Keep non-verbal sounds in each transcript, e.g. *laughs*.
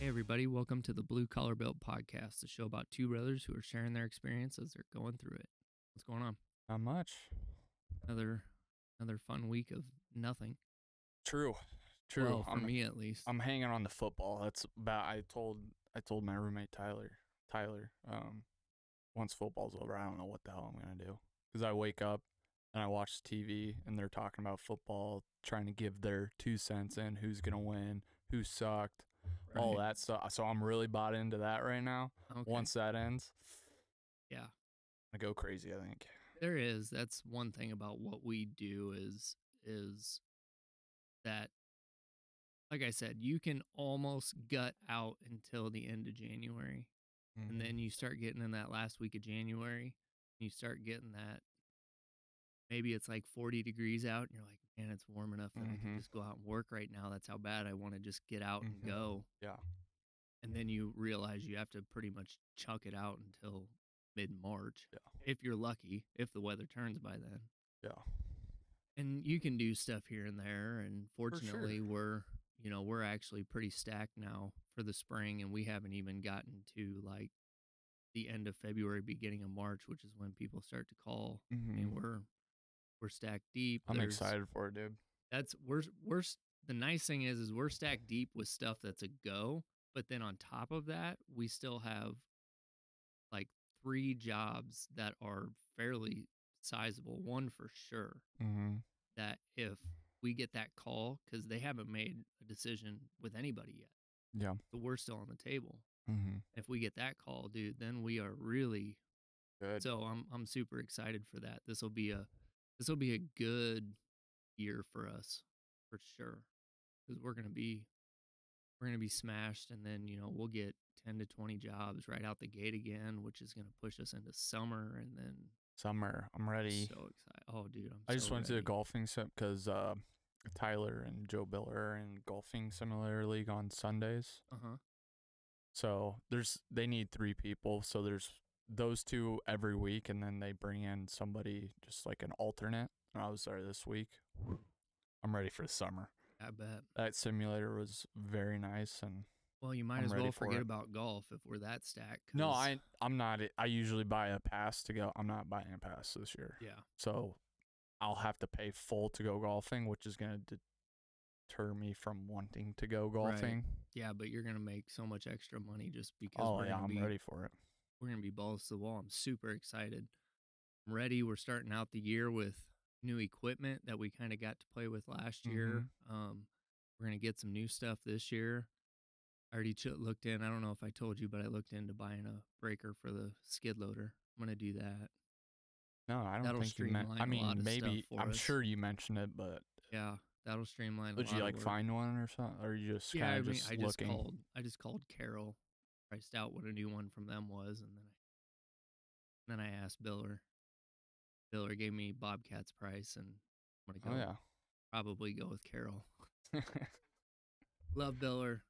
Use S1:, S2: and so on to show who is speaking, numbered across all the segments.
S1: Hey, everybody, welcome to the Blue Collar Belt podcast, the show about two brothers who are sharing their experience as they're going through it. What's going on?
S2: Not much.
S1: Another another fun week of nothing.
S2: True. True.
S1: Well, for
S2: I'm,
S1: me at least.
S2: I'm hanging on the football. That's about I told I told my roommate Tyler. Tyler, um once football's over, I don't know what the hell I'm going to do. Cuz I wake up and I watch TV and they're talking about football, trying to give their two cents in, who's going to win, who sucked, all
S1: Right.
S2: that stuff. So I'm really bought into that right now.
S1: Okay.
S2: Once that ends,
S1: Yeah.
S2: I go crazy, I think.
S1: There is. That's one thing about what we do is is that like I said, you can almost gut out until the end of January.
S2: Mm-hmm.
S1: And then you start getting in that last week of January. And you start getting that maybe it's like 40 degrees out and you're like, man, it's warm enough that I can
S2: Mhm.
S1: just go out and work right now. That's how bad I want to just get out
S2: Mhm.
S1: and go.
S2: Yeah.
S1: And then you realize you have to pretty much chunk it out until mid March.
S2: Yeah.
S1: If you're lucky, if the weather turns by then.
S2: Yeah.
S1: And you can do stuff here and there. And fortunately,
S2: sure.
S1: we're, you know, we're actually pretty stacked now for the spring. And we haven't even gotten to like the end of February, beginning of March, which is when people start to call. I mean,
S2: Mhm.
S1: we're, we're stacked deep.
S2: I'm
S1: There's-
S2: excited for it, dude.
S1: That's we're, we're, s- the nice thing is, is we're stacked deep with stuff that's a go. But then on top of that, we still have like three jobs that are fairly sizable. One for sure
S2: Mhm.
S1: that if we get that call because they haven't made a decision with anybody yet
S2: Yeah.
S1: so we're still on the table
S2: Mhm.
S1: if we get that call dude then we are really
S2: Good.
S1: so i'm i'm super excited for that this will be a this will be a good year for us for sure because we're gonna be we're gonna be smashed and then you know we'll get 10 to 20 jobs right out the gate again which is gonna push us into summer and then
S2: Summer. I'm ready.
S1: so excited oh dude i'm
S2: I just
S1: so
S2: went to the
S1: ready.
S2: golfing sim because uh, Tyler and Joe Bill are in golfing simulator league on Sundays.
S1: uh-huh
S2: So there's they need three people. So there's those two every week, and then they bring in somebody just like an alternate. And I was there this week. I'm ready for the summer.
S1: i bet
S2: That simulator was very nice, and
S1: Well, you might
S2: I'm
S1: as
S2: ready
S1: well
S2: for
S1: forget
S2: it.
S1: about golf if we're that stacked.
S2: no,
S1: 'cause-
S2: I I'm not. I usually buy a pass to go. I'm not buying a pass this year.
S1: yeah,
S2: So I'll have to pay full to go golfing, which is going to deter me from wanting to go golfing.
S1: yeah, but you're gonna make so much extra money just because
S2: Oh,
S1: we're
S2: yeah,
S1: gonna
S2: I'm
S1: be
S2: ready for it.
S1: we're gonna be balls to the wall. I'm super excited. I'm ready. We're starting out the year with new equipment that we kind of got to play with last year.
S2: Mm-hmm.
S1: Um, we're gonna get some new stuff this year. I already ch- looked in. I don't know if I told you, but I looked into buying a breaker for the skid loader. I'm gonna do that.
S2: No, I
S1: That'll
S2: don't think you
S1: streamline
S2: meant.
S1: a
S2: I
S1: lot
S2: mean,
S1: of stuff
S2: maybe
S1: for
S2: I'm
S1: us.
S2: sure you mentioned it, but
S1: Yeah, that'll streamline. a
S2: did
S1: lot
S2: you
S1: of
S2: like
S1: work.
S2: find one or something, or you just
S1: Yeah,
S2: kind
S1: I
S2: of
S1: mean,
S2: just
S1: I just
S2: looking?
S1: called. I just called Carol, priced out what a new one from them was, and then I, then I asked Biller. Biller gave me Bobcat's price, and I'm gonna
S2: oh
S1: go
S2: yeah, *laughs*
S1: probably go with Carol. Love Biller.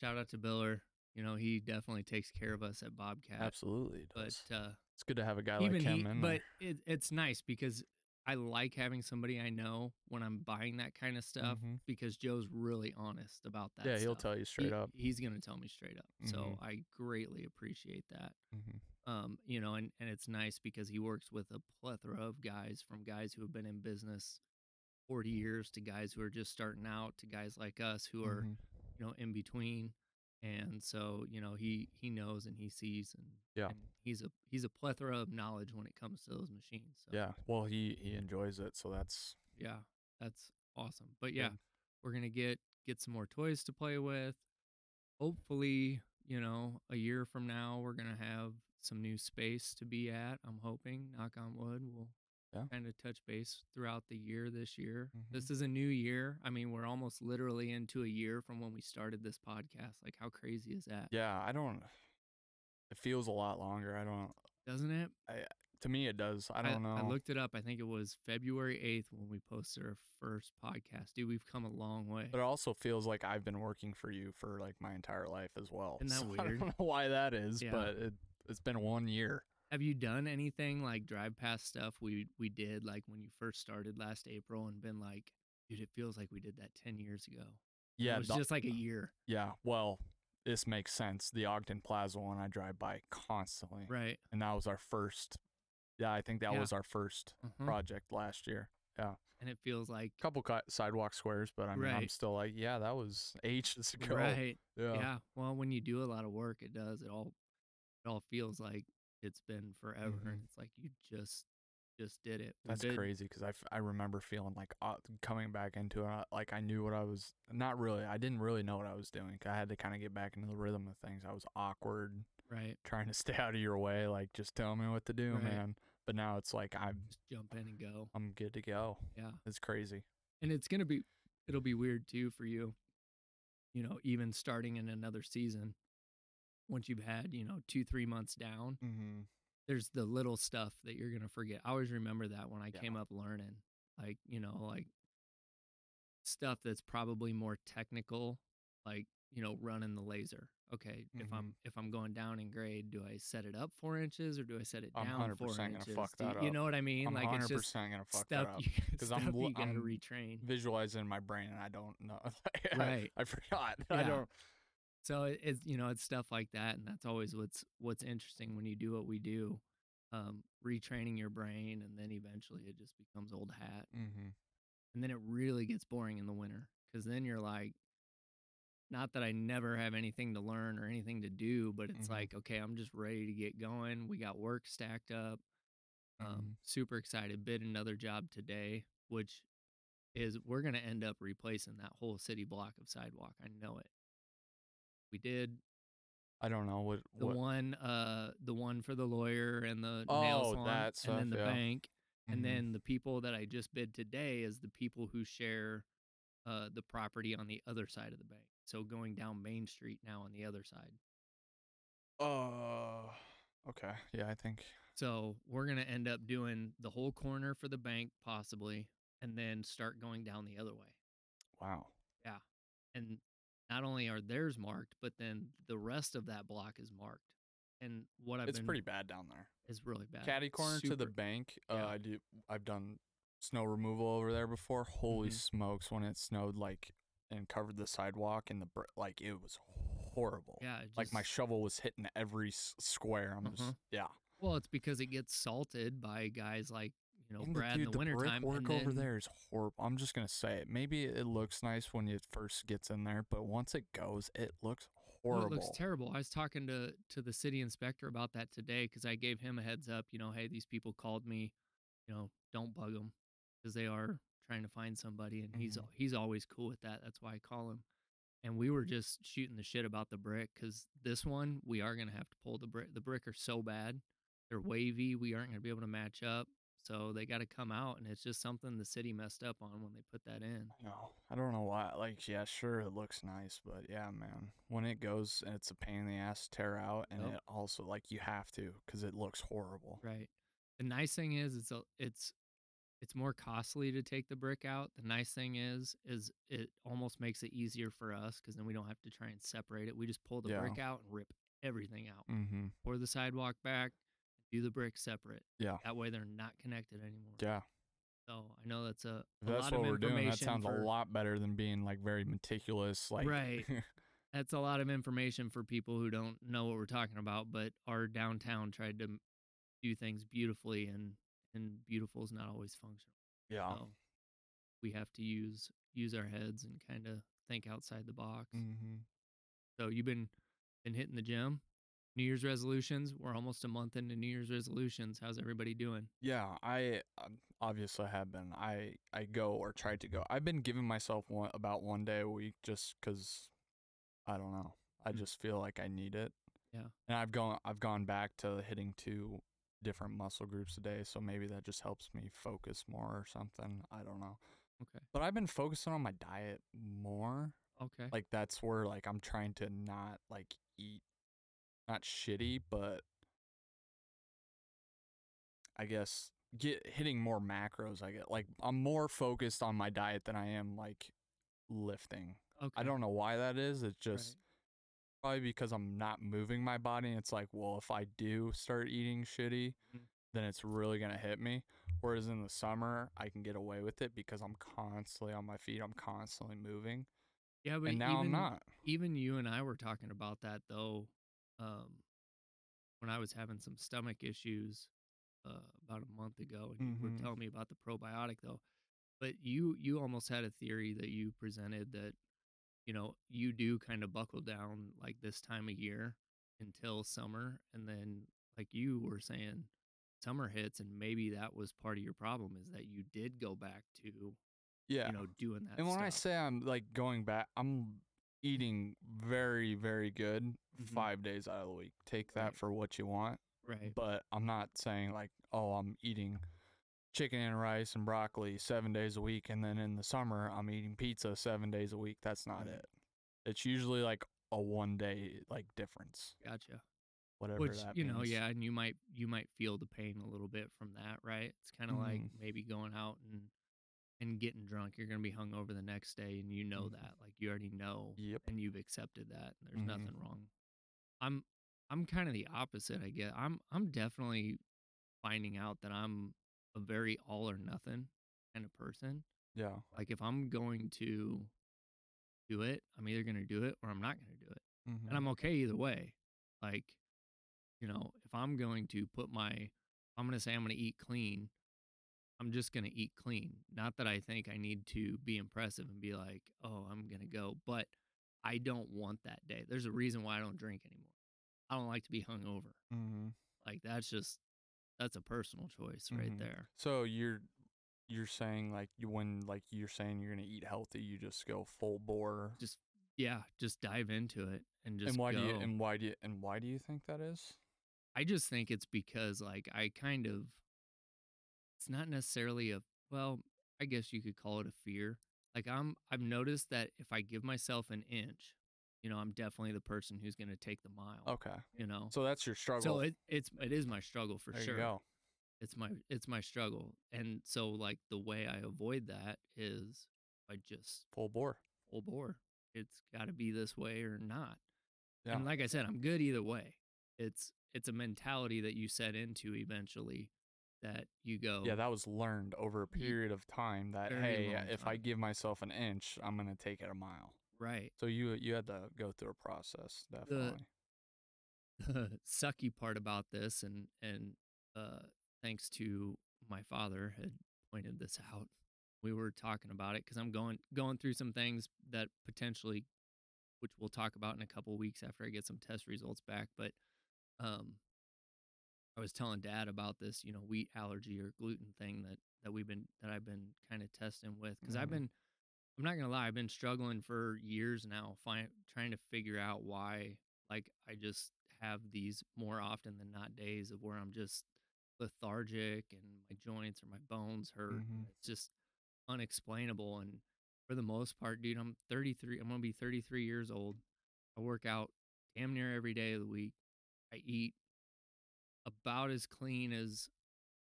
S1: Shout out to Biller. You know he definitely takes care of us at Bobcat.
S2: absolutely. it
S1: But
S2: does.
S1: uh,
S2: it's good to have a guy
S1: even
S2: like him. uh,
S1: he,
S2: in
S1: but
S2: there.
S1: it, it's nice because I like having somebody I know when I'm buying that kind of stuff
S2: Mhm.
S1: because Joe's really honest about that.
S2: yeah, he'll
S1: stuff.
S2: tell you straight
S1: He-
S2: up. Mm-hmm.
S1: He's gonna tell me straight up. So I greatly appreciate that.
S2: Mhm.
S1: Um, you know, and, and it's nice because he works with a plethora of guys from guys who have been in business forty
S2: Mm.
S1: years to guys who are just starting out to guys like us who are,
S2: Mhm.
S1: you know, in between. And so, you know, he he knows and he sees and
S2: Yeah.
S1: and he's a he's a plethora of knowledge when it comes to those machines. So
S2: Yeah, well, he he enjoys it, so that's
S1: yeah, that's awesome. But yeah,
S2: Good.
S1: we're gonna get get some more toys to play with. Hopefully, you know, a year from now, we're gonna have some new space to be at. I'm hoping, knock on wood, we'll
S2: Yeah. Mm-hmm.
S1: kind of touch base throughout the year this year. This is a new year. I mean, we're almost literally into a year from when we started this podcast. Like, how crazy is that?
S2: yeah. I don't. It feels a lot longer. I don't.
S1: Doesn't it?
S2: To me, it does. I don't know.
S1: I looked it up. I think it was February 8th when we posted our first podcast. Dude, we've come a long way.
S2: But it also feels like I've been working for you for like my entire life as well.
S1: Isn't that
S2: *laughs* So I
S1: weird?
S2: don't know why that is,
S1: Yeah.
S2: but it it's been one year.
S1: Have you done anything like drive past stuff we we did like when you first started last April and been like, dude, it feels like we did that ten years ago.
S2: Yeah, uh,
S1: it was
S2: the-
S1: just like a year.
S2: yeah. Well, this makes sense. The Ogden Plaza one I drive by constantly.
S1: Right.
S2: And that was our first. Yeah, I think that
S1: Yeah.
S2: was our 1st
S1: Uh-huh.
S2: project last year.
S1: And it feels like
S2: couple cut sidewalk squares, but I mean, I'm
S1: Right.
S2: still like, yeah, that was ages *laughs* ago.
S1: right.
S2: Yeah.
S1: Yeah. Well, when you do a lot of work, it does. It all it all feels like it's been forever, and
S2: Mhm.
S1: it's like you just just did it. We
S2: That's
S1: did-
S2: crazy because I, f- I remember feeling like uh, coming back into it, uh, like I knew what I was not really, I didn't really know what I was doing. 'cause I had to kind of get back into the rhythm of things. I was awkward, *laughs*
S1: Right.
S2: trying to stay out of your way, like just tell me what to do,
S1: Right. Mm.
S2: man. But now it's like I'm
S1: Just jump in and go.
S2: I'm good to go.
S1: Yeah.
S2: It's crazy.
S1: And it's gonna be it'll be weird too for you. You know, even starting in another season, once you've had you know two three months down,
S2: Mm-hmm.
S1: there's the little stuff that you're gonna forget. I always remember that when I
S2: Yeah.
S1: came up learning, like you know, like stuff that's probably more technical, like you know, running the laser. Okay,
S2: Mm-hmm.
S1: if I'm if I'm going down in grade, do I set it up four inches or do I set it
S2: I'm
S1: down
S2: 100%
S1: four
S2: gonna
S1: inches?
S2: fuck
S1: Do you-
S2: that
S1: you
S2: up.
S1: know what I mean?
S2: I'm
S1: like
S2: 100%
S1: it's just
S2: gonna fuck
S1: stuff
S2: that up.
S1: you *laughs*
S2: 'cause
S1: stuff
S2: I'm lo-
S1: you gotta
S2: I'm
S1: retrain.
S2: *laughs* Visualizing in my brain, and I don't know. *laughs* I-
S1: Right.
S2: I forgot. *laughs* I
S1: Yeah.
S2: don't.
S1: So it, it's you know it's stuff like that, and that's always what's what's interesting when you do what we do, um, retraining your brain, and then eventually it just becomes old hat.
S2: Mm-hmm.
S1: and then it really gets boring in the winter because then you're like not that i never have anything to learn or anything to do but it's
S2: Mhm.
S1: like okay i'm just ready to get going we got work stacked up
S2: mm-hmm.
S1: um, super excited bid another job today which is we're going to end up replacing that whole city block of sidewalk i know it we did
S2: I don't know what
S1: the
S2: what.
S1: one uh the one for the lawyer and the nail
S2: Oh,
S1: salon
S2: that
S1: and
S2: stuff,
S1: then the
S2: yeah.
S1: bank and
S2: Mhm.
S1: then the people that I just bid today is the people who share uh, the property on the other side of the bank. So going down Main Street now on the other side.
S2: Oh, okay. Yeah, I think.
S1: So we're gonna end up doing the whole corner for the bank possibly, and then start going down the other way.
S2: Wow.
S1: And not only are theirs marked, but then the rest of that block is marked. And what I've
S2: it's
S1: been
S2: pretty bad down there.
S1: is really bad.
S2: Caddy corner to the
S1: Super-
S2: bank.
S1: yeah.
S2: Uh, I do. I've done snow removal over there before. Holy
S1: Mhm.
S2: smokes! When it snowed, like and covered the sidewalk and the br- like, it was horrible.
S1: Yeah, it
S2: Like my
S1: just-
S2: shovel was hitting every s- square. I'm just
S1: Uh-huh.
S2: yeah.
S1: well, it's because it gets salted by guys like you know
S2: And
S1: Brad
S2: dude,
S1: in the, wintertime.
S2: brickwork
S1: and
S2: over
S1: then-
S2: there is horrible. I'm just gonna say it. Maybe it looks nice when it first gets in there, but once it goes, it looks
S1: Well,
S2: horrible.
S1: it looks terrible. I was talking to to the city inspector about that today because I gave him a heads up. You know, hey, these people called me. You know, don't bug them because they are trying to find somebody, and he's
S2: Mhm.
S1: al- he's always cool with that. That's why I call him. And we were just shooting the shit about the brick because this one we are gonna have to pull the brick. The brick are so bad, they're wavy. We aren't gonna be able to match up. So they got to come out, and it's just something the city messed up on when they put that in.
S2: No, I don't know why. Like, yeah, sure, it looks nice, but yeah, man, when it goes and it's a pain in the ass to tear out, and
S1: Yep.
S2: it also like you have to because it looks horrible.
S1: Right. The nice thing is it's a, it's it's more costly to take the brick out. The nice thing is is it almost makes it easier for us cuz then we don't have to try and separate it. We just pull the
S2: Yeah.
S1: brick out and rip everything out.
S2: Mm-hmm.
S1: Pour the sidewalk back, do the brick separate.
S2: Yeah.
S1: That way they're not connected anymore.
S2: Yeah,
S1: So, I know that's a,
S2: if
S1: a
S2: that's
S1: lot
S2: what
S1: of
S2: we're doing. That
S1: information
S2: sounds
S1: for,
S2: a lot better than being like very meticulous. Like,
S1: Right. That's a lot of information for people who don't know what we're talking about, but our downtown tried to m- do things beautifully and and beautiful is not always functional.
S2: *laughs* yeah.
S1: So we have to use use our heads and kind of think outside the box.
S2: Mm-hmm.
S1: So you've been been hitting the gym. New Year's resolutions. We're almost a month into New Year's resolutions. How's everybody doing?
S2: Yeah, I um, obviously have been. I I go or tried to go. I've been giving myself one about one day a week just because I don't know. I
S1: Mm.
S2: just feel like I need it.
S1: Yeah.
S2: and I've gone I've gone back to hitting two different muscle groups a day, so maybe that just helps me focus more or something. I don't know,
S1: Okay.
S2: but I've been focusing on my diet more.
S1: Okay.
S2: Like that's where like I'm trying to not like eat not shitty, but I guess get hitting more macros, I get like I'm more focused on my diet than I am like lifting.
S1: okay.
S2: I don't know why that is. It's
S1: Right.
S2: just probably because I'm not moving my body. It's like, well, if I do start eating shitty,
S1: Mhm.
S2: then it's really going to hit me. Whereas in the summer, I can get away with it because I'm constantly on my feet, I'm constantly moving.
S1: Yeah, but
S2: and now
S1: even,
S2: I'm not.
S1: even you and I were talking about that though. Um, when I was having some stomach issues uh, about a month ago, and you
S2: Mhm.
S1: were telling me about the probiotic though. But you you almost had a theory that you presented that you know you do kind of buckle down like this time of year until summer, and then like you were saying, summer hits, and maybe that was part of your problem is that you did go back to
S2: Yeah.
S1: you know doing that.
S2: and when I
S1: stuff.
S2: say I'm like going back, I'm eating very, very good
S1: Mhm.
S2: five days out of the week. Take that
S1: Right.
S2: for what you want.
S1: right,
S2: But I'm not saying like, oh, I'm eating chicken and rice and broccoli seven days a week. And then in the summer, I'm eating pizza seven days a week. That's not
S1: Right.
S2: it. It's usually like a one day like difference,
S1: gotcha.
S2: whatever
S1: which
S2: that
S1: you know
S2: means.
S1: yeah and you might you might feel the pain a little bit from that right it's kind of like
S2: Mhm.
S1: maybe going out and and getting drunk you're gonna be hung over the next day and you know
S2: Mhm.
S1: that like you already know
S2: Yep.
S1: and you've accepted that and there's
S2: Mhm.
S1: nothing wrong i'm i'm kind of the opposite i guess i'm i'm definitely finding out that i'm a very all or nothing kind of person
S2: Yeah.
S1: like if i'm going to do it i'm either gonna do it or i'm not gonna do it
S2: Mhm.
S1: and I'm okay either way. Like, you know, if I'm going to put my, I'm going to say I'm going to eat clean. I'm just going to eat clean. Not that I think I need to be impressive and be like, oh, I'm going to go, but I don't want that day. There's a reason why I don't drink anymore. I don't like to be hungover.
S2: Mhm.
S1: Like that's just that's a personal choice right
S2: Mhm.
S1: there.
S2: So you're you're saying like you when like you're saying you're gonna eat healthy, you just go full bore.
S1: Just Yeah, just dive into it and just
S2: and why
S1: go.
S2: do you and why do you and why do you think that is?
S1: I just think it's because like I kind of it's not necessarily a well, I guess you could call it a fear. Like I'm I've noticed that if I give myself an inch, you know, I'm definitely the person who's going to take the mile,
S2: Okay,
S1: you know.
S2: so that's your struggle.
S1: Oh. So it it's it is my struggle for
S2: there
S1: sure.
S2: you go.
S1: It's my it's my struggle. And so like the way I avoid that is by just
S2: Full bore.
S1: full bore. It's got to be this way or not.
S2: Yeah.
S1: And like I said, I'm good either way. It's it's a mentality that you set into eventually that you go
S2: yeah, that was learned over a
S1: Ye-
S2: period of time. That
S1: very
S2: hey,
S1: long
S2: if I
S1: time.
S2: give myself an inch, I'm gonna take it a mile.
S1: right.
S2: So you you had to go through a process,
S1: er,
S2: definitely.
S1: The *laughs* sucky part about this and and uh thanks to my father had pointed this out. We were talking about it cuz I'm going going through some things that potentially which we'll talk about in a couple weeks after I get some test results back, but um I was telling dad about this, you know, wheat allergy or gluten thing that that we've been that I've been kind of testing with because I've
S2: Mhm.
S1: been I'm not gonna lie, I've been struggling for years now, find, trying to figure out why like I just have these more often than not days of where I'm just lethargic and my joints or my bones hurt. and
S2: Mhm.
S1: It's just unexplainable and for the most part, dude, I'm 33. I'm gonna be 33 years old. I work out damn near every day of the week. I eat about as clean as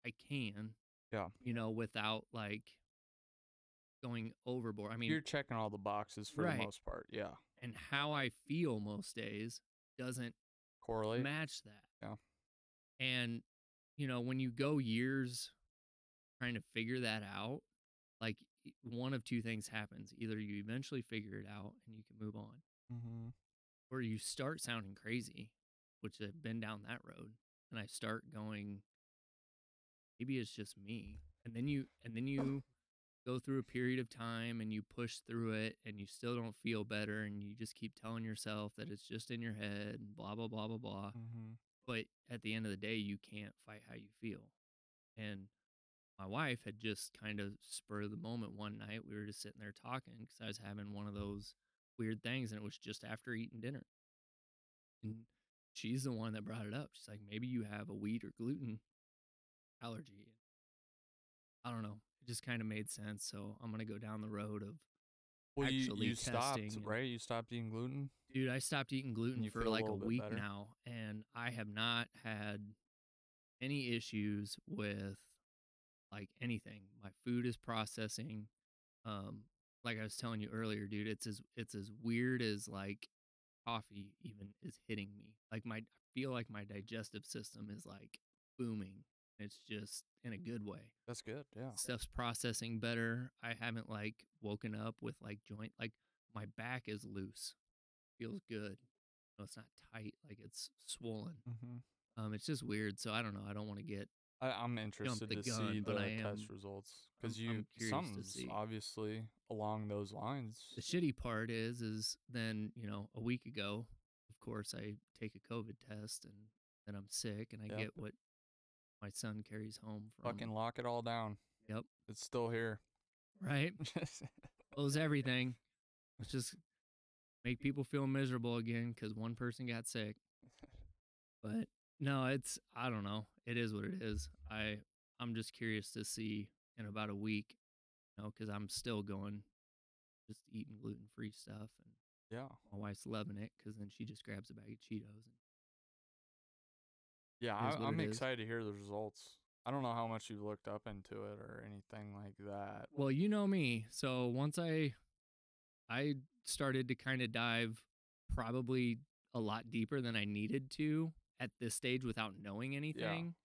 S1: I can.
S2: Yeah.
S1: You know, without like going overboard. I mean,
S2: You're checking all the boxes for
S1: Right.
S2: the most part. Yeah,
S1: and how I feel most days doesn't
S2: correlate.
S1: match that.
S2: Yeah.
S1: And you know, when you go years trying to figure that out, like y- one of two things happens. Either you eventually figure it out and you can move on,
S2: mm-hmm.
S1: or you start sounding crazy, which I've been down that road, and I start going, maybe it's just me. And then you and then you go through a period of time and you push through it and you still don't feel better and you just keep telling yourself that it's just in your head and blah blah blah blah blah
S2: Mm-hmm.
S1: but at the end of the day you can't fight how you feel and my wife had just kind of spur of the moment one night we were just sitting there talking because i was having one of those weird things and it was just after eating dinner and she's the one that brought it up she's like maybe you have a wheat or gluten allergy i don't know it just kind of made sense so i'm going to go down the road of
S2: Well, you,
S1: actually
S2: you stopped,
S1: testing and-
S2: right? You stopped eating gluten.
S1: Dude, I stopped eating gluten
S2: you
S1: for
S2: feel a
S1: like a,
S2: little bit
S1: week
S2: better?
S1: now, and I have not had any issues with like anything. My food is processing. Um, like I was telling you earlier, dude, it's as it's as weird as like coffee even is hitting me. Like my I feel like my digestive system is like booming. It's just in a good way
S2: That's good. Yeah.
S1: stuff's processing better. I haven't like woken up with like joint like my back is loose. Feels good. No, it's not tight, like it's swollen.
S2: Mm-hmm.
S1: Um, it's just weird. So I don't know. I don't want to get
S2: I, I'm interested
S1: the
S2: to see
S1: gun,
S2: the
S1: but I
S2: test
S1: am-
S2: results because
S1: I'm- I'm
S2: you
S1: curious to
S2: something's
S1: see.
S2: obviously along those lines.
S1: the shitty part is is then, you know, a week ago, of course I take a COVID test and then I'm sick and I
S2: Yep.
S1: get what my son carries home from
S2: Fucking lock it all down.
S1: Yep.
S2: It's still here.
S1: *laughs*
S2: *laughs*
S1: right? Close everything. Let's just make people feel miserable again because one person got sick. But no, it's I don't know. It is what it is. I I'm just curious to see in about a week, you know, because I'm still going, just eating gluten free stuff, and
S2: yeah.
S1: my wife's loving it because then she just grabs a bag of Cheetos. And,
S2: Yeah,
S1: is
S2: I,
S1: what
S2: I'm
S1: it is.
S2: excited to hear the results. I don't know how much you looked up into it or anything like that.
S1: well, you know me, so once I I started to kind of dive probably a lot deeper than I needed to at this stage without knowing anything.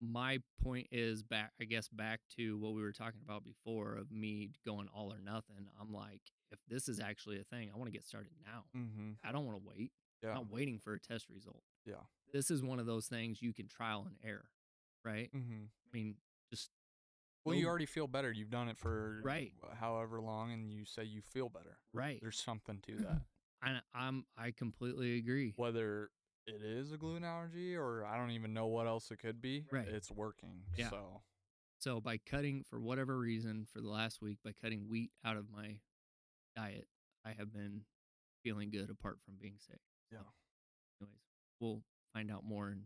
S1: My point is back, I guess, back to what we were talking about before of me going all or nothing. I'm like, if this is actually a thing, I want to get started now.
S2: Mm-hmm.
S1: I don't want to wait.
S2: Yeah.
S1: I'm not waiting for a test result.
S2: Yeah.
S1: This is one of those things you can trial and error, right?
S2: Mm-hmm.
S1: I mean, just
S2: Well, you
S1: No-
S2: already feel better. You've done it for
S1: Right.
S2: wh- however long, and you say you feel better.
S1: right.
S2: There's something
S1: *clears throat*
S2: to that.
S1: I, I'm I completely agree.
S2: Whether it is a gluten allergy or I don't even know what else it could be,
S1: Right.
S2: it's working.
S1: Yeah.
S2: So,
S1: So by cutting for whatever reason for the last week by cutting wheat out of my diet, I have been feeling good apart from being sick.
S2: Yeah.
S1: Anyways, we'll find out more and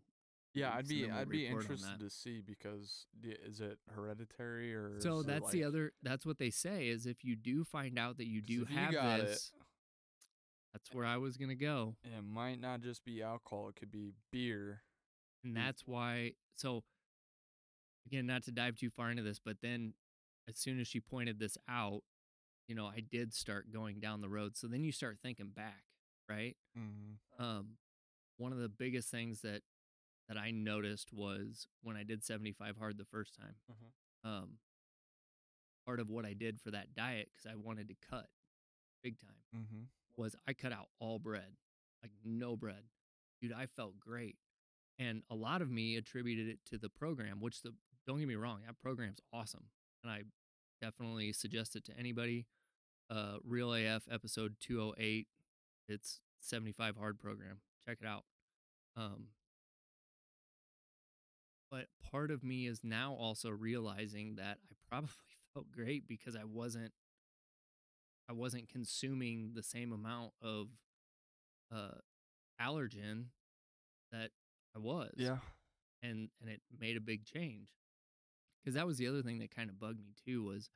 S2: yeah,
S1: weeks, and
S2: I'd be
S1: then we'll
S2: I'd be
S1: report on
S2: interested
S1: that.
S2: to see because y- is it hereditary or
S1: so
S2: is it,
S1: that's the
S2: like-
S1: other that's what they say is if you do find out that you
S2: 'Cause
S1: do
S2: if you
S1: have
S2: got it-
S1: this that's where I was gonna go.
S2: and it might not just be alcohol; it could be beer.
S1: And
S2: Mm.
S1: that's why so again, not to dive too far into this, but then as soon as she pointed this out, you know, I did start going down the road. So then you start thinking back, right?
S2: Mm-hmm.
S1: um, one of the biggest things that that I noticed was when I did 75 hard the first time.
S2: Mhm.
S1: Um, part of what I did for that diet because I wanted to cut big time
S2: Mm-hmm.
S1: was I cut out all bread, like no bread. Dude, I felt great. And a lot of me attributed it to the program, which the don't get me wrong, that program's awesome. And I definitely suggest it to anybody. Uh Real AF episode 208. It's 75 hard program. Check it out. Um but part of me is now also realizing that I probably *laughs* felt great because I wasn't I wasn't consuming the same amount of uh allergen that I was.
S2: Yeah.
S1: And and it made a big change. Cuz that was the other thing that kind of bugged me too was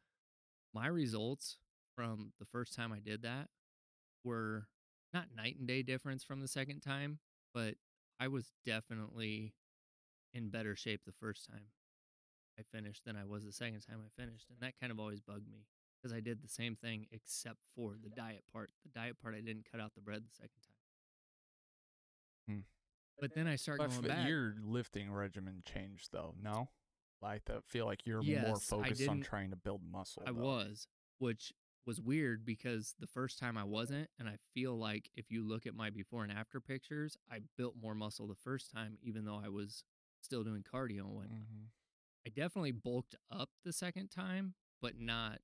S1: my results from the first time I did that were not night and day difference from the second time, but I was definitely in better shape the first time I finished than I was the second time I finished. And that kind of always bugged me because I did the same thing except for the diet part. The diet part, I didn't cut out the bread the second time.
S2: Hmm.
S1: But then I start
S2: I
S1: going
S2: fe-
S1: back.
S2: Your lifting regimen changed though, no? Like that feel like you're more
S1: Yes, I
S2: focused on
S1: didn't-
S2: trying to build muscle.
S1: I
S2: though.
S1: was, which was weird because the first time I wasn't. And I feel like if you look at my before and after pictures, I built more muscle the first time, even though I was still doing cardio and whatnot.
S2: Mhm.
S1: I definitely bulked up the second time, but not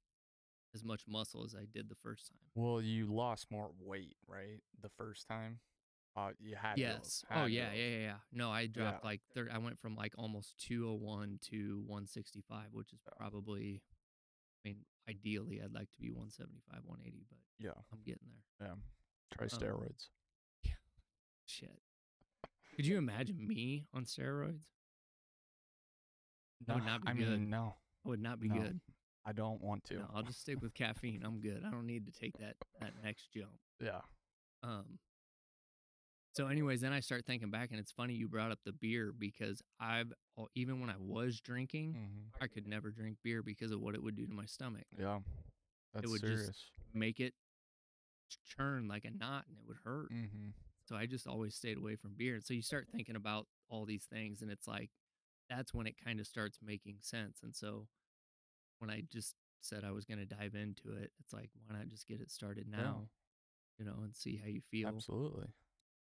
S1: as much muscle as I did the first time.
S2: Well, you lost more weight, right? The first time. Uh you had to have-
S1: yes.
S2: had
S1: Oh
S2: to
S1: yeah,
S2: have.
S1: yeah, yeah, yeah. No, I dropped
S2: Yeah.
S1: like thir- I went from like almost 201 to 165, which is
S2: Yeah.
S1: probably I mean, ideally I'd like to be 175, 180, but
S2: Yeah.
S1: I'm getting there.
S2: Yeah. Try
S1: Um,
S2: steroids.
S1: Shit. Could you imagine me on steroids? that would not be
S2: I
S1: good.
S2: mean, no.
S1: I would not be
S2: No,
S1: good.
S2: I don't want to.
S1: No, I'll just stick with caffeine. I'm good. I don't need to take that that next jump.
S2: Yeah.
S1: Um. So, anyways, then I start thinking back, and it's funny you brought up the beer because I've al- even when I was drinking,
S2: hmm
S1: I could never drink beer because of what it would do to my stomach.
S2: Yeah. That's
S1: would just-
S2: serious.
S1: Make it ch- churn like a knot, and it would hurt.
S2: mm-hmm.
S1: So I just always stayed away from beer. And so you start thinking about all these things, and it's like that's when it kind of starts making sense. And so when I just said I was going to dive into it, it's like why not just get it started now, you know, and see how you feel.
S2: Absolutely.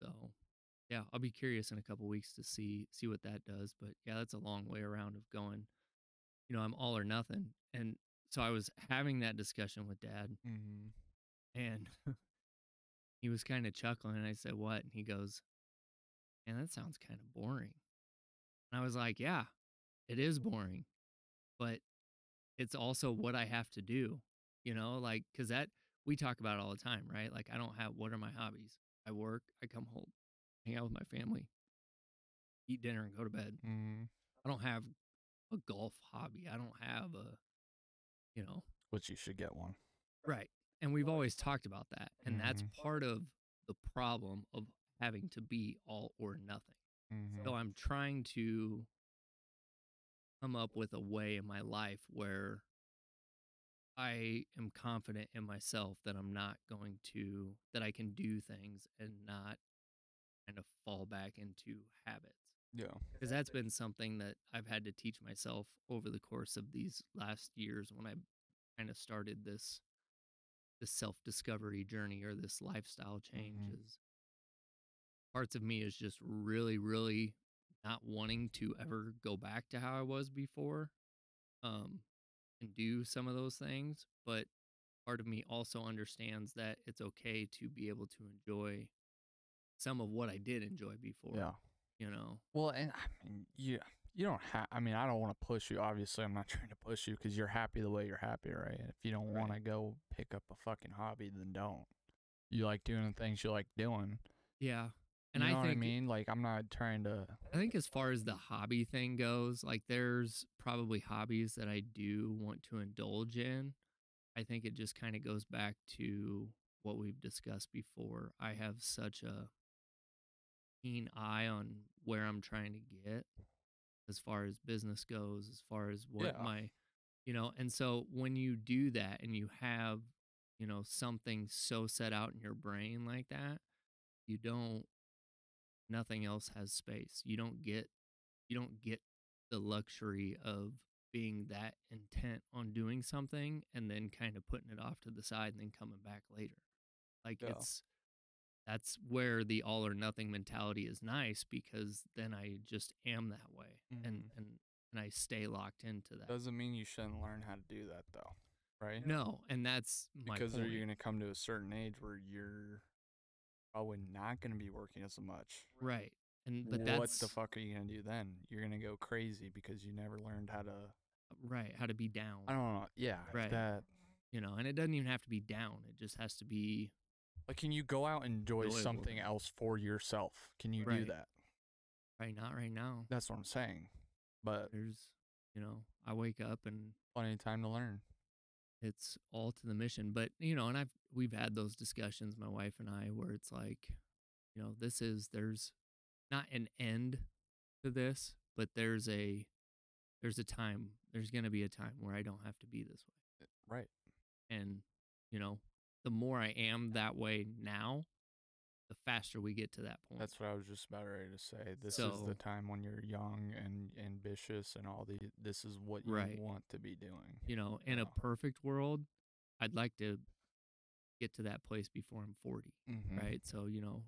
S1: So, yeah, I'll be curious in a couple weeks to see see what that does. But yeah, that's a long way around of going. You know, I'm all or nothing, and so I was having that discussion with Dad,
S2: Mm-hmm.
S1: and *laughs* he was kind of chuckling. And I said, "What?" And he goes, "Man, that sounds kind of boring." And I was like, "Yeah, it is boring, but it's also what I have to do." You know, like because that we talk about it all the time, right? Like I don't have what are my hobbies? I work, I come home, hang out with my family, eat dinner, and go to bed.
S2: Mm-hmm.
S1: I don't have a golf hobby. I don't have a, you know,
S2: Which you should get one.
S1: Right. And we've always talked about that. And that's part of the problem of having to be all or nothing.
S2: Mm-hmm.
S1: So I'm trying to come up with a way in my life where I am confident in myself that I'm not going to, that I can do things and not kind of fall back into habits
S2: Yeah.
S1: because that's been something that I've had to teach myself over the course of these last years when I kind of started this this self discovery journey or this lifestyle change
S2: Mhm.
S1: is parts of me is just really really not wanting to ever go back to how I was before um and do some of those things but part of me also understands that it's okay to be able to enjoy some of what I did enjoy before
S2: Yeah.
S1: you know
S2: Well, and I mean, you you don't have. I mean, I don't want to push you. Obviously, I'm not *laughs* trying to push you because you're happy the way you're happy, right? If you don't
S1: Right.
S2: want to go pick up a fucking hobby, then don't. You like doing the things you like doing.
S1: yeah and
S2: And you know
S1: I
S2: what I
S1: think
S2: mean? Like, I'm not trying to.
S1: I think as far as the hobby thing goes, like there's probably hobbies that I do want to indulge in. I think it just kind of goes back to what we've discussed before. I have such a keen eye on where I'm trying to get as far as business goes, as far as what
S2: Yeah.
S1: my, you know, and so when you do that and you have, you know, something so set out in your brain like that, you don't, nothing else has space. You don't get, you don't get the luxury of being that intent on doing something and then kind of putting it off to the side and then coming back later. Like
S2: Yeah.
S1: it's, that's where the all or nothing mentality is nice because then I just am that way and
S2: Mm-hmm.
S1: and and I stay locked into that.
S2: Doesn't mean you shouldn't learn how to do that though, right?
S1: no, and that's my
S2: because
S1: point.
S2: are you going to come to a certain age where you're probably not going to be working as much?
S1: right? And but
S2: what
S1: that's
S2: the fuck are you going to do then? You're going to go crazy because you never learned how to.
S1: right. How to be down,
S2: I don't know. Yeah,
S1: Right.
S2: that
S1: you know? And it doesn't even have to be down. It just has to be
S2: Like, can you go out and enjoy
S1: Enjoyable.
S2: something else for yourself? Can you do
S1: Right.
S2: that?
S1: right. Not right now.
S2: That's what I'm saying. But
S1: There's you know I wake up and
S2: plenty of time to learn.
S1: it's all to the mission but you know and i've we've had those discussions my wife and i where it's like you know this is there's not an end to this but there's a there's a time there's going to be a time where i don't have to be this way
S2: Right.
S1: and you know the more i am that way now the faster we get to that point
S2: That's what I was just about ready to say. This is
S1: So-
S2: the time when you're young and ambitious and all the. This is what you
S1: Right.
S2: want to be doing.
S1: you know in a
S2: Yeah.
S1: perfect world i'd like to get to that place before i'm 40
S2: Mm-hmm.
S1: right? So, you know,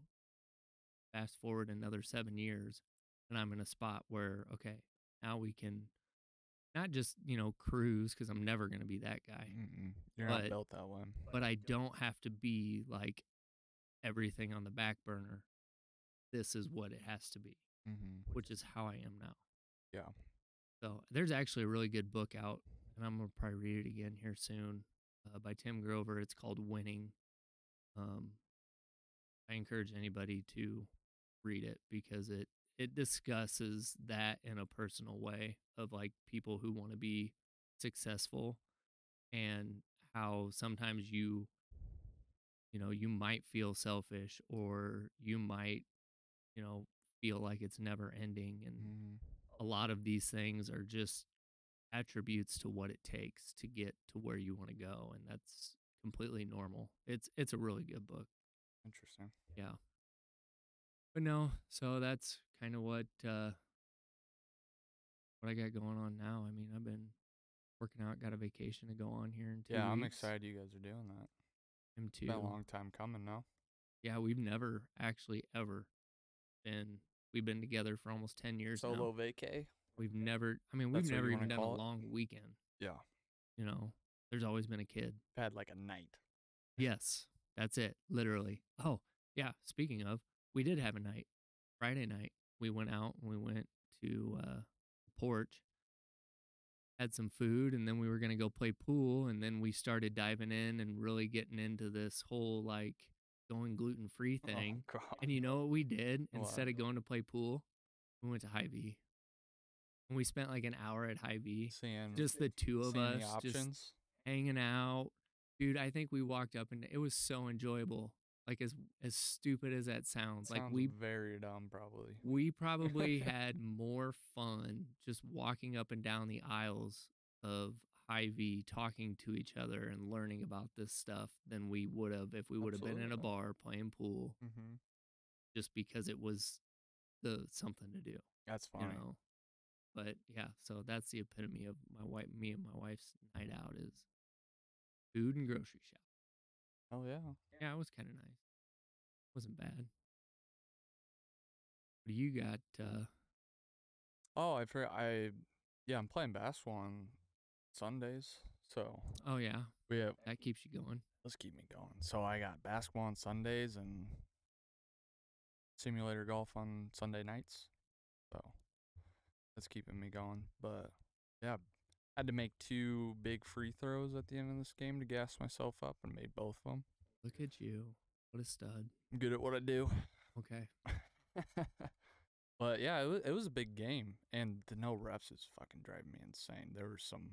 S1: fast forward another seven years, and I'm in a spot where, okay, now we can not just, you know, cruise because I'm never going to be that guy,
S2: Mm-mm. You're
S1: But-
S2: not built that way.
S1: but I don't have to be like everything on the back burner. This is what it has to be,
S2: Mm-hmm.
S1: which is how I am now.
S2: Yeah.
S1: So, there's actually a really good book out, and I'm going to probably read it again here soon uh, by Tim Grover. It's called Winning. Um, I encourage anybody to read it because it it discusses that in a personal way of like people who want to be successful and how sometimes you you know you might feel selfish or you might you know feel like it's never ending and
S2: Mm-hmm.
S1: a lot of these things are just attributes to what it takes to get to where you want to go and that's completely normal it's it's a really good book
S2: Interesting.
S1: but no so that's kind of what uh what i got going on now i mean i've been working out. Got a vacation to go on here in two
S2: Yeah, I'm
S1: weeks.
S2: excited you guys are doing that.
S1: Him
S2: It's
S1: too.
S2: been a long time coming now.
S1: Yeah, we've never actually ever been. We've been together for almost ten years. now.
S3: Solo vacay.
S1: We've never. I mean,
S2: That's
S1: we've
S2: what
S1: never
S2: you
S1: even
S2: wanna
S1: done a
S2: call it?
S1: long weekend.
S2: Yeah.
S1: You know, there's always been a kid.
S2: I've had like a night. *laughs*
S1: Yes, that's it. Literally. Oh, yeah. Speaking of, we did have a night. Friday night, we went out and we went to uh, the porch, had some food, and then we were going to go play pool. And then we started diving in and really getting into this whole like going gluten free thing.
S2: Oh,
S1: And you know what we did?
S2: What?
S1: Instead of going to play pool, we went to High V. And we spent like an hour at High V.
S2: seeing
S1: Just the two of
S2: seeing
S1: us,
S2: the
S1: just
S2: options.
S1: hanging out. Dude, I think we walked up and it was so enjoyable. Like as as stupid as that sounds, like
S2: Sounds
S1: we
S2: very dumb probably.
S1: we
S2: *laughs*
S1: probably had more fun just walking up and down the aisles of High V talking to each other and learning about this stuff than we would have if we would have been in a
S2: Absolutely.
S1: bar playing pool
S2: Mm-hmm.
S1: just because it was the something to do,
S2: That's fine.
S1: you know. But yeah, so that's the epitome of my wife me and my wife's night out is food and grocery shop.
S2: Oh yeah.
S1: Yeah, it was kind of nice. Wasn't bad. What do you got? Uh,
S2: Oh, I've heard. I yeah, I'm playing basketball on Sundays, so
S1: oh yeah,
S2: we have.
S1: that keeps you going.
S2: Let's keep me going. So I got basketball on Sundays and simulator golf on Sunday nights. So that's keeping me going. But yeah, had to make two big free throws at the end of this game to gas myself up, and made both of them.
S1: Look at you. What a stud.
S2: I'm good at what I do. *laughs*
S1: Okay.
S2: but yeah, it was, it was a big game, and the no reps is fucking driving me insane. There were some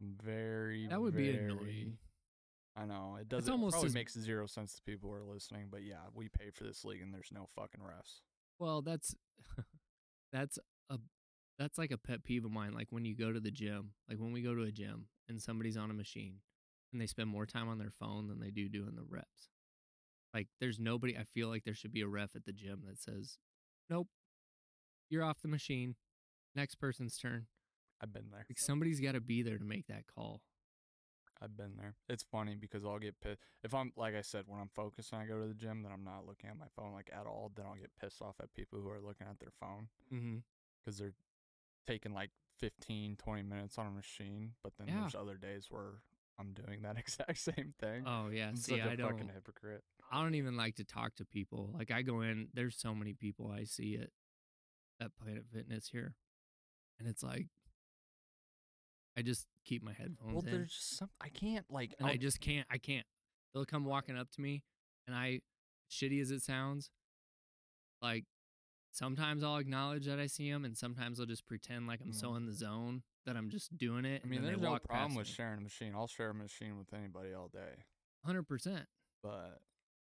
S2: very
S1: That would be
S2: very-
S1: annoying.
S2: I know it doesn't.
S1: almost
S2: Almost probably
S1: as-
S2: makes zero sense to people who are listening, but yeah, we pay for this league, and there's no fucking refs.
S1: Well, that's *laughs* that's a that's like a pet peeve of mine. Like when you go to the gym, like when we go to a gym and somebody's on a machine and they spend more time on their phone than they do doing the reps. Like there's nobody. I feel like there should be a ref at the gym that says, "Nope, you're off the machine. Next person's turn."
S2: I've been there.
S1: Like somebody's got to be there to make that call.
S2: I've been there. It's funny because I'll get pissed if I'm like I said when I'm focused and I go to the gym, then I'm not looking at my phone like at all. Then I'll get pissed off at people who are looking at their phone.
S1: Mm-hmm.
S2: because they're taking like 15, 20 minutes on a machine. But then
S1: Yeah.
S2: there's other days where I'm doing that *laughs* exact same thing.
S1: Oh yeah,
S2: I'm
S1: see,
S2: such a
S1: I don't,
S2: fucking hypocrite.
S1: I don't even like to talk to people. Like I go in, there's so many people I see at at Planet Fitness here, and it's like, I just keep my headphones
S2: Well,
S1: in,
S2: there's oh just some I can't like.
S1: and I
S2: I'll-
S1: just can't. I can't. They'll come walking up to me, and I, shitty as it sounds, like sometimes I'll acknowledge that I see them, and sometimes I'll just pretend like I'm
S2: Mhm.
S1: so in the zone that I'm just doing it.
S2: I mean,
S1: and then
S2: there's
S1: they
S2: no
S1: walk
S2: problem with sharing a machine. I'll share a machine with anybody all day.
S1: Hundred percent.
S2: But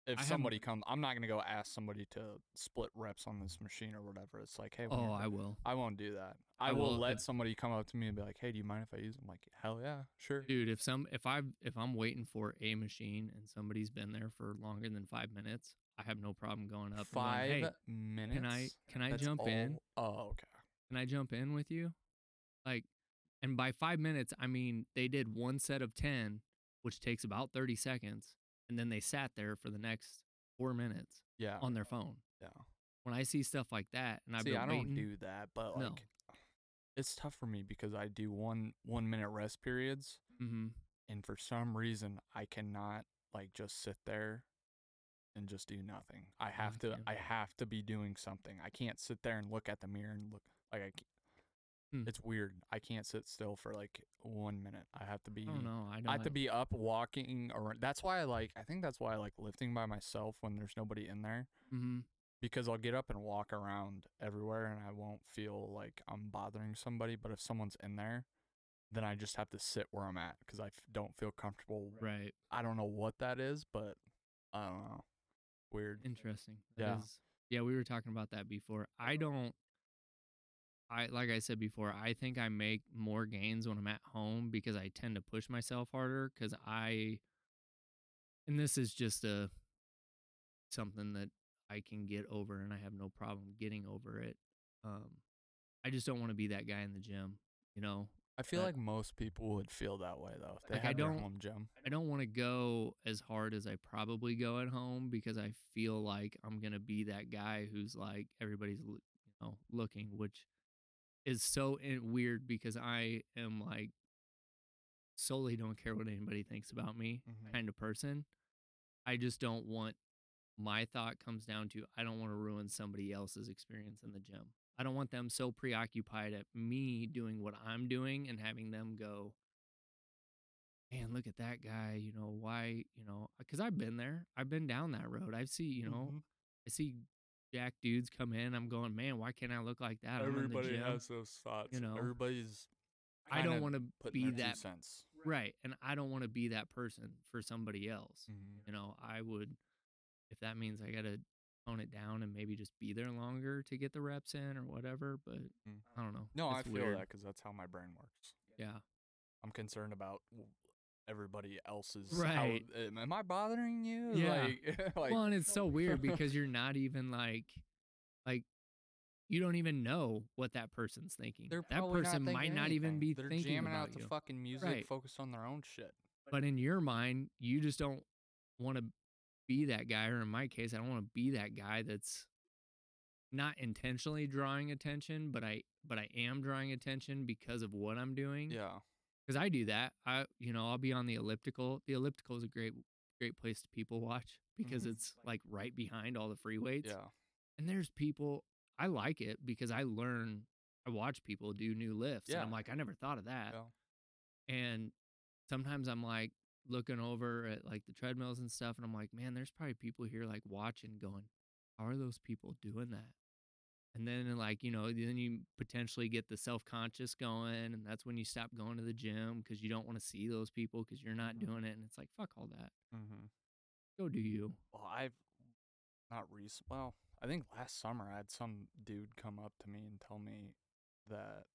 S2: if
S1: I haven't-
S2: somebody comes, I'm not gonna go ask somebody to split reps on this machine or whatever. It's like, hey, when
S1: Oh,
S2: you're
S1: I
S2: done-
S1: will.
S2: I won't do that. I,
S1: I
S2: will
S1: will if
S2: let
S1: it-
S2: somebody come up to me and be like, hey, do you mind if I use? them? like, hell yeah, sure.
S1: Dude, if some if I if I'm waiting for a machine and somebody's been there for longer than five minutes, I have no problem going up.
S2: Five
S1: And going,
S2: minutes.
S1: hey, can I can I
S2: That's
S1: jump in?
S2: all- Oh, okay.
S1: Can I jump in with you? Like, and by five minutes, I mean they did one set of ten, which takes about thirty seconds, and then they sat there for the next four minutes
S2: Yeah.
S1: on their phone.
S2: Uh, yeah.
S1: When I see stuff like that, and I've
S2: See,
S1: been
S2: I
S1: waiting,
S2: don't do that, but like,
S1: No.
S2: it's tough for me because I do one one minute rest periods,
S1: hmm
S2: and for some reason I cannot like just sit there and just do nothing. I have
S1: I
S2: to
S1: can.
S2: I have to be doing something. I can't sit there and look at the mirror and look like I. ca-
S1: Hmm.
S2: It's weird. I can't sit still for like one minute. I have to be.
S1: I don't know. I don't.
S2: I have to be up walking around. That's why I like. I think that's why I like lifting by myself when there's nobody in there.
S1: hmm
S2: because I'll get up and walk around everywhere and I won't feel like I'm bothering somebody. But if someone's in there, then I just have to sit where I'm at because I f- don't feel comfortable.
S1: Right.
S2: I don't know what that is, but I don't know. Weird.
S1: Interesting. That
S2: Yeah.
S1: is- yeah, we were talking about that before. I don't I like I said before, I think I make more gains when I'm at home because I tend to push myself harder cuz I and this is just a something that I can get over and I have no problem getting over it. Um I just don't want to be that guy in the gym, you know.
S2: I feel
S1: But-
S2: like most people would feel that way though if they
S1: Like, I
S2: had their
S1: don't-
S2: home gym.
S1: I don't want to go as hard as I probably go at home because I feel like I'm gonna be that guy who's like everybody's l- you know looking, which is so in- weird because I am like solely don't care what anybody thinks about me
S2: Mhm.
S1: kind of person. I just don't want my thought comes down to I don't want to ruin somebody else's experience in the gym. I don't want them so preoccupied at me doing what I'm doing and having them go, man, look at that guy. You know, why, you know, because I've been there. I've been down that road. I see, you know,
S2: Mhm.
S1: I see jack dudes come in. I'm going, man, why can't I look like that? I'm in the
S2: everybody
S1: gym."
S2: has those thoughts.
S1: know,
S2: everybody's.
S1: I don't
S2: kinda
S1: want to
S2: putting
S1: be
S2: their two
S1: that.
S2: cents.
S1: Right. And I don't want to be that person for somebody else.
S2: Mm-hmm.
S1: you know, I would, if that means I got to tone it down and maybe just be there longer to get the reps in or whatever. But
S2: Mm.
S1: I don't know.
S2: No, I
S1: It's
S2: feel that 'cause
S1: weird.
S2: that because that's how my brain works.
S1: Yeah.
S2: I'm concerned about w- everybody else's.
S1: Right.
S2: How, am, am I bothering you?
S1: Yeah.
S2: Like, *laughs* like
S1: well, and it's so weird because you're not even like, like, you don't even know what that person's thinking.
S2: they're
S1: that
S2: probably not
S1: person might
S2: thinking
S1: not even
S2: anything.
S1: be
S2: They're
S1: thinking
S2: jamming
S1: about
S2: out
S1: you.
S2: the fucking music,
S1: Right.
S2: focused on their own shit.
S1: but in your mind, you just don't want to be that guy. Or in my case, I don't want to be that guy that's not intentionally drawing attention, but I but I am drawing attention because of what I'm doing.
S2: Yeah.
S1: because I do that. I you know I'll be on the elliptical. The elliptical is a great great place to people watch because
S2: Mhm.
S1: it's like right behind all the free weights.
S2: Yeah.
S1: And there's people I like it because I learn. I watch people do new lifts, and I'm
S2: Yeah.
S1: like, I never thought of that.
S2: Yeah.
S1: And sometimes I'm like looking over at like the treadmills and stuff, and I'm like, man, there's probably people here like watching, going, how are those people doing that? And then like you know, then you potentially get the self conscious going, and that's when you stop going to the gym because you don't want to see those people because you're not
S2: Mhm.
S1: doing it, and it's like fuck all that,
S2: Mm-hmm.
S1: go do you.
S2: Well, I've not recent. Well, I think last summer I had some dude come up to me and tell me that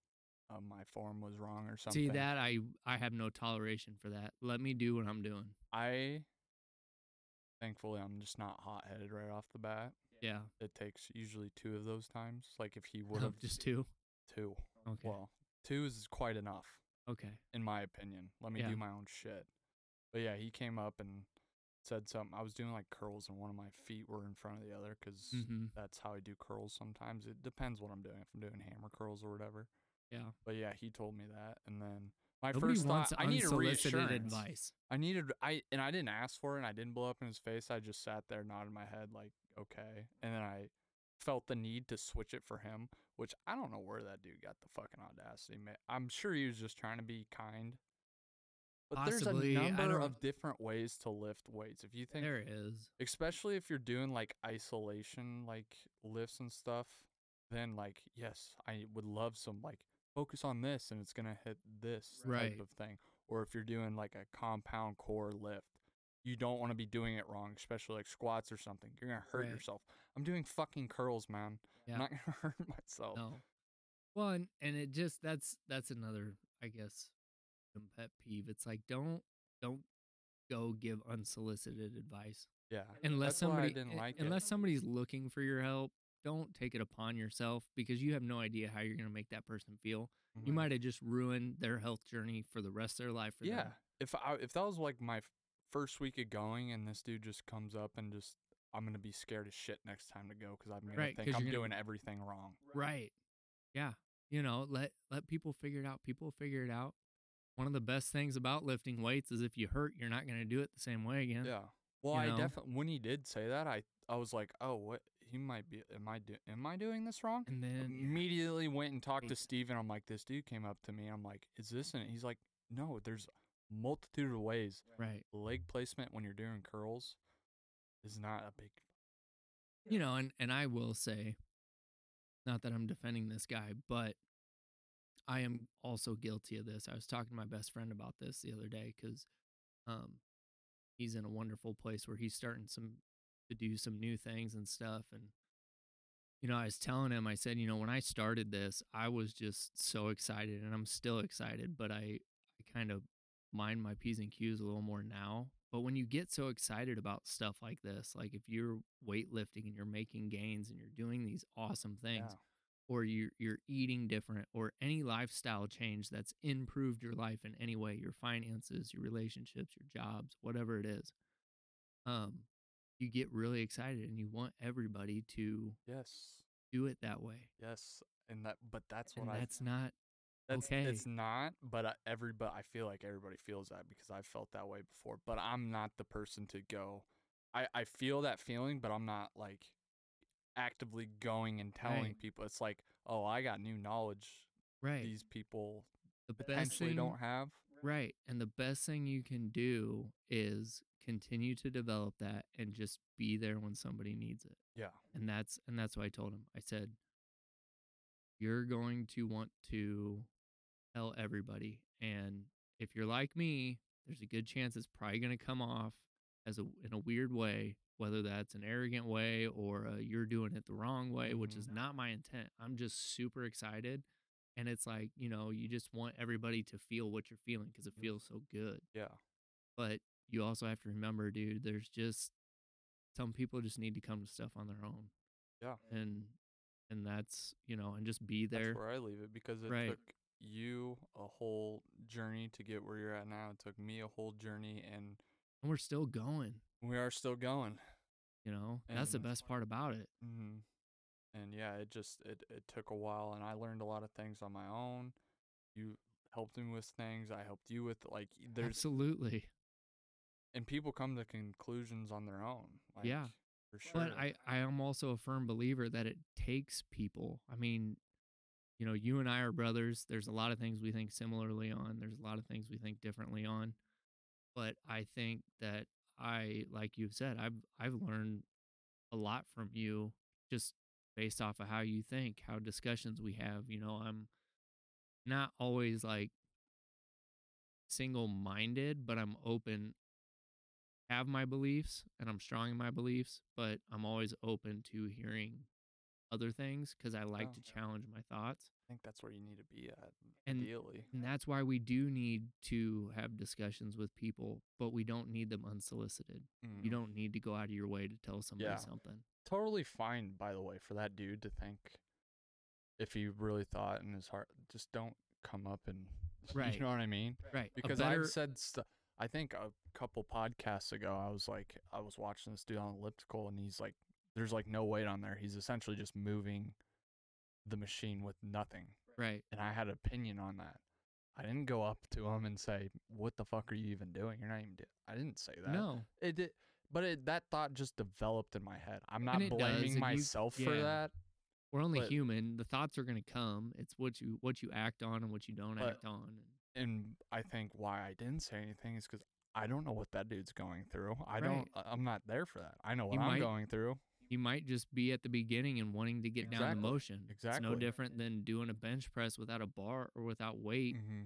S2: uh, my form was wrong or something.
S1: See that I I have no toleration for that. Let me do what I'm doing.
S2: I thankfully I'm just not hot headed right off the bat.
S1: Yeah, *laughs*
S2: It takes usually two of those times. Like if he
S1: What
S2: would
S1: *laughs*
S2: have
S1: just two.
S2: two.
S1: Okay,
S2: Well, two is quite enough
S1: okay,
S2: in my opinion. Let me
S1: Yeah.
S2: do my own shit. But yeah, he came up and said something. I was doing like curls and one of my feet were in front of the other because
S1: hmm
S2: that's how I do curls sometimes. It depends what I'm doing, if I'm doing hammer curls or whatever.
S1: Yeah.
S2: But yeah, he told me that. And then my
S1: Nobody
S2: first
S1: wants
S2: thought, I needed
S1: unsolicited
S2: reassurance.
S1: advice.
S2: I needed, I, and I didn't ask for it and I didn't blow up in his face. I just sat there, nodded my head, like, okay. And then I felt the need to switch it for him, which I don't know where that dude got the fuccking audacity. ma- I'm sure he was just trying to be kind. But
S1: Possibly, I
S2: there's a number
S1: don't-
S2: of different ways to lift weights. If you think
S1: There is.
S2: especially if you're doing like isolation like lifts and stuff then like yes i would love some like focus on this and it's gonna hit this
S1: Right.
S2: type of thing or if you're doing like a compound core lift you don't want to be doing it wrong especially like squats or something you're gonna hurt
S1: Right.
S2: yourself i'm doing fucking curls man
S1: Yeah.
S2: i'm not gonna *laughs* hurt myself
S1: No. Well, and, and it just that's that's another I guess um, pet peeve. It's like don't don't go give unsolicited advice
S2: yeah
S1: unless
S2: that's why
S1: somebody
S2: i didn't
S1: un-
S2: like
S1: unless
S2: it
S1: somebody's looking for your help. Don't take it upon yourself because you have no idea how you're going to make that person feel. You
S2: Mhm.
S1: might have just ruined their health journey for the rest of their life. For
S2: yeah
S1: them.
S2: if i if that was like my f- first week of going and this dude just comes up and just i'm gonna be scared as shit next time to go because i'm gonna
S1: Right, 'cause
S2: think
S1: you're
S2: i'm
S1: gonna be-
S2: doing everything wrong
S1: Right. Yeah. You know, let let people figure it out. People figure it out. One of the best things about lifting weights is if you hurt, you're not going to do it the same way again.
S2: yeah well
S1: You
S2: i
S1: know?
S2: definitely when he did say that i i was like oh what he might be am i do am i doing this wrong
S1: And then
S2: Mm-hmm. immediately went and talked to
S1: Right.
S2: steve and i'm like this dude came up to me and i'm like is this and he's like no there's multitude of ways
S1: right.
S2: leg placement when you're doing curls is not a big
S1: You know, and and I will say not that I'm defending this guy, but I am also guilty of this. I was talking to my best friend about this the other day cuz um he's in a wonderful place where he's starting some to do some new things and stuff and you know, I was telling him, I said, you know, when I started this, I was just so excited and I'm still excited, but I, I kind of mind my P's and Q's a little more now. But when you get so excited about stuff like this, like if you're weightlifting and you're making gains and you're doing these awesome things,
S2: Yeah.
S1: or you're, you're eating different or any lifestyle change that's improved your life in any way your finances your relationships your jobs whatever it is um you get really excited and you want everybody to
S2: Yes.
S1: do it that way
S2: Yes. And that, but that's what
S1: and
S2: I.
S1: that's not
S2: That's
S1: Okay.
S2: it's not, but I, every but I feel like everybody feels that because I've felt that way before. But I'm not the person to go. I I feel that feeling, but I'm not like actively going and telling
S1: Right.
S2: people. It's like, oh, I got new knowledge
S1: right
S2: these people
S1: the best
S2: potentially
S1: thing
S2: don't have.
S1: Right. And the best thing you can do is continue to develop that and just be there when somebody needs it.
S2: Yeah.
S1: And that's and that's what I told him. I said you're going to want to tell everybody and if you're like me, there's a good chance it's probably going to come off as a in a weird way, whether that's an arrogant way or a, you're doing it the wrong way, which
S2: Mhm.
S1: is not my intent. I'm just super excited and it's like you know you just want everybody to feel what you're feeling because it
S2: Mhm.
S1: feels so good
S2: Yeah.
S1: but you also have to remember dude there's just some people just need to come to stuff on their own
S2: Yeah.
S1: and and that's you know and just be there
S2: That's where I leave it because it
S1: Right.
S2: took you a whole journey to get where you're at now. It took me a whole journey and
S1: and we're still going
S2: we are still going.
S1: you know that's the
S2: And-
S1: best part about it
S2: hmm And yeah, it just it, it took a while and I learned a lot of things on my own. You helped me with things. I helped you with like y- there's
S1: absolutely
S2: and people come to conclusions on their own. Like,
S1: Yeah.
S2: For sure.
S1: But I, I am also a firm believer that it takes people. I mean, you know, you and I are brothers. There's a lot of things we think similarly on, there's a lot of things we think differently on. But I think that I, like you've said, I've I've learned a lot from you just based off of how you think, how discussions we have. You know, I'm not always like single minded, but I'm open have my beliefs and I'm strong in my beliefs, but I'm always open to hearing other things because I like
S2: Oh,
S1: to
S2: yeah.
S1: challenge my thoughts.
S2: think that's where you need to be at
S1: And-
S2: ideally.
S1: And that's why we do need to have discussions with people, but we don't need them unsolicited. You
S2: Mhm.
S1: don't need to go out of your way to tell somebody
S2: Yeah.
S1: something.
S2: totally fine by the way for that dude to think if he really thought in his heart just don't come up and *laughs*
S1: Right.
S2: you know what i mean
S1: Right. a
S2: because
S1: better-
S2: i've said st- i think a couple podcasts ago i was like i was watching this dude on elliptical and he's like there's like no weight on there he's essentially just moving the machine with nothing
S1: right.
S2: and i had an opinion on that i didn't go up to him and say what the fuck are you even doing you're not even do-. i didn't say that
S1: No.
S2: it did, but it, that thought just developed in my head. I'm not
S1: And it does,
S2: blaming
S1: and you-
S2: myself for
S1: yeah.
S2: that,
S1: We're only
S2: but-
S1: human. The thoughts are gonna come. It's what you what you act on and what you don't
S2: But-
S1: act on.
S2: and I think why I didn't say anything is because I don't know what that dude's going through. I
S1: Right.
S2: don't. I- I'm not there for that. I know what
S1: You
S2: I'm
S1: might-
S2: going through.
S1: you might just be at the beginning and wanting to get down
S2: Exactly,
S1: the motion. It's no
S2: exactly.
S1: different than doing a bench press without a bar or without weight
S2: Mm-hmm.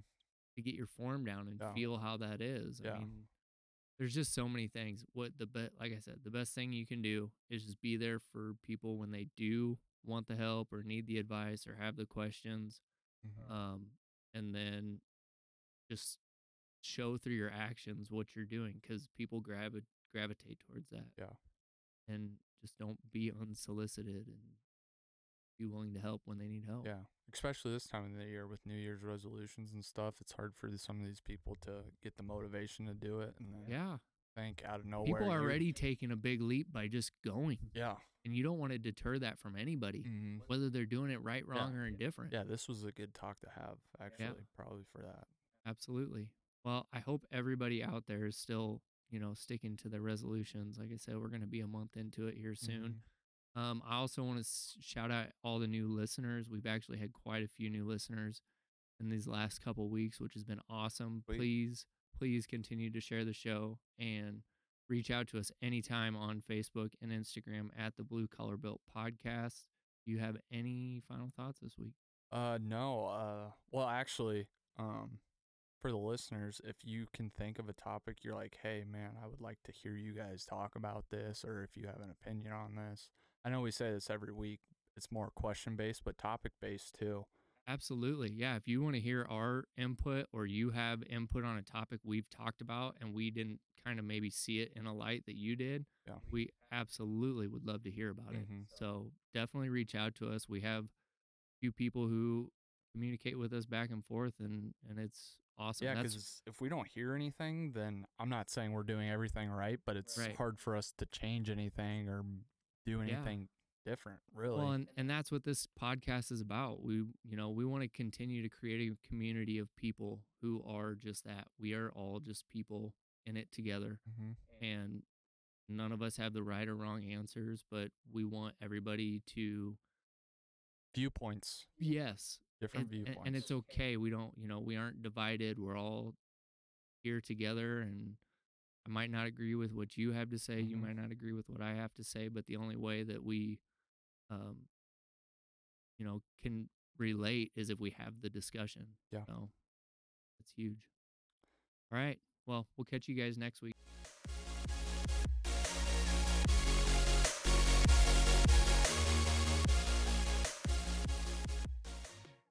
S1: to get your form down and
S2: Yeah.
S1: feel how that is. I
S2: Yeah.
S1: mean, there's just so many things. What the be- like I said, the best thing you can do is just be there for people when they do want the help or need the advice or have the questions.
S2: mm-hmm.
S1: Um, and then just show through your actions what you're doing because people gravi- gravitate towards that.
S2: Yeah.
S1: And just don't be unsolicited and be willing to help when they need help.
S2: Yeah, especially this time of the year with New Year's resolutions and stuff. It's hard for some of these people to get the motivation to do it, and then
S1: Yeah.
S2: think out of nowhere.
S1: People are
S2: you're-
S1: already taking a big leap by just going.
S2: Yeah.
S1: And you don't want to deter that from anybody,
S2: hmm
S1: whether they're doing it right, wrong, or indifferent.
S2: Yeah, this was a good talk to have actually, probably for that.
S1: Absolutely. Well, I hope everybody out there is still, you know, sticking to their resolutions. Like I said, we're going to be a month into it here soon.
S2: Mhm.
S1: Um, I also want to s- shout out all the new listeners. We've actually had quite a few new listeners in these last couple weeks, which has been awesome.
S2: Sweet.
S1: Please, please continue to share the show and reach out to us anytime on Facebook and Instagram at the Blue Collar Built Podcast. Do you have any final thoughts this week?
S2: Uh, no. Uh, well, actually, um, for the listeners, if you can think of a topic you're like, hey, man, I would like to hear you guys talk about this, or if you have an opinion on this, I know we say this every week. It's more question based, but topic based too.
S1: Absolutely. Yeah. If you want to hear our input or you have input on a topic we've talked about and we didn't kind of maybe see it in a light that you did,
S2: Yeah.
S1: we absolutely would love to hear about it.
S2: Mhm.
S1: So definitely reach out to us. We have few people who communicate with us back and forth, and and it's awesome.
S2: Yeah,
S1: That's-
S2: because if we don't hear anything, then I'm not saying we're doing everything right, but it's
S1: Right.
S2: hard for us to change anything or m- do
S1: Yeah.
S2: anything different, really.
S1: Well, and, and that's what this podcast is about. We, you know, we want to continue to create a community of people who are just that. We are all just people in it together,
S2: hmm
S1: and none of us have the right or wrong answers, but we want everybody to
S2: Viewpoints,
S1: yes,
S2: different
S1: and, and-
S2: viewpoints.
S1: and it's okay. We don't, you know, we aren't divided. We're all here together, and I might not agree with what you have to say. You
S2: Mhm.
S1: might not agree with what I have to say, but the only way that we, um, you know, can relate is if we have the discussion.
S2: Yeah.
S1: So it's huge. All right. Well, we'll catch you guys next week.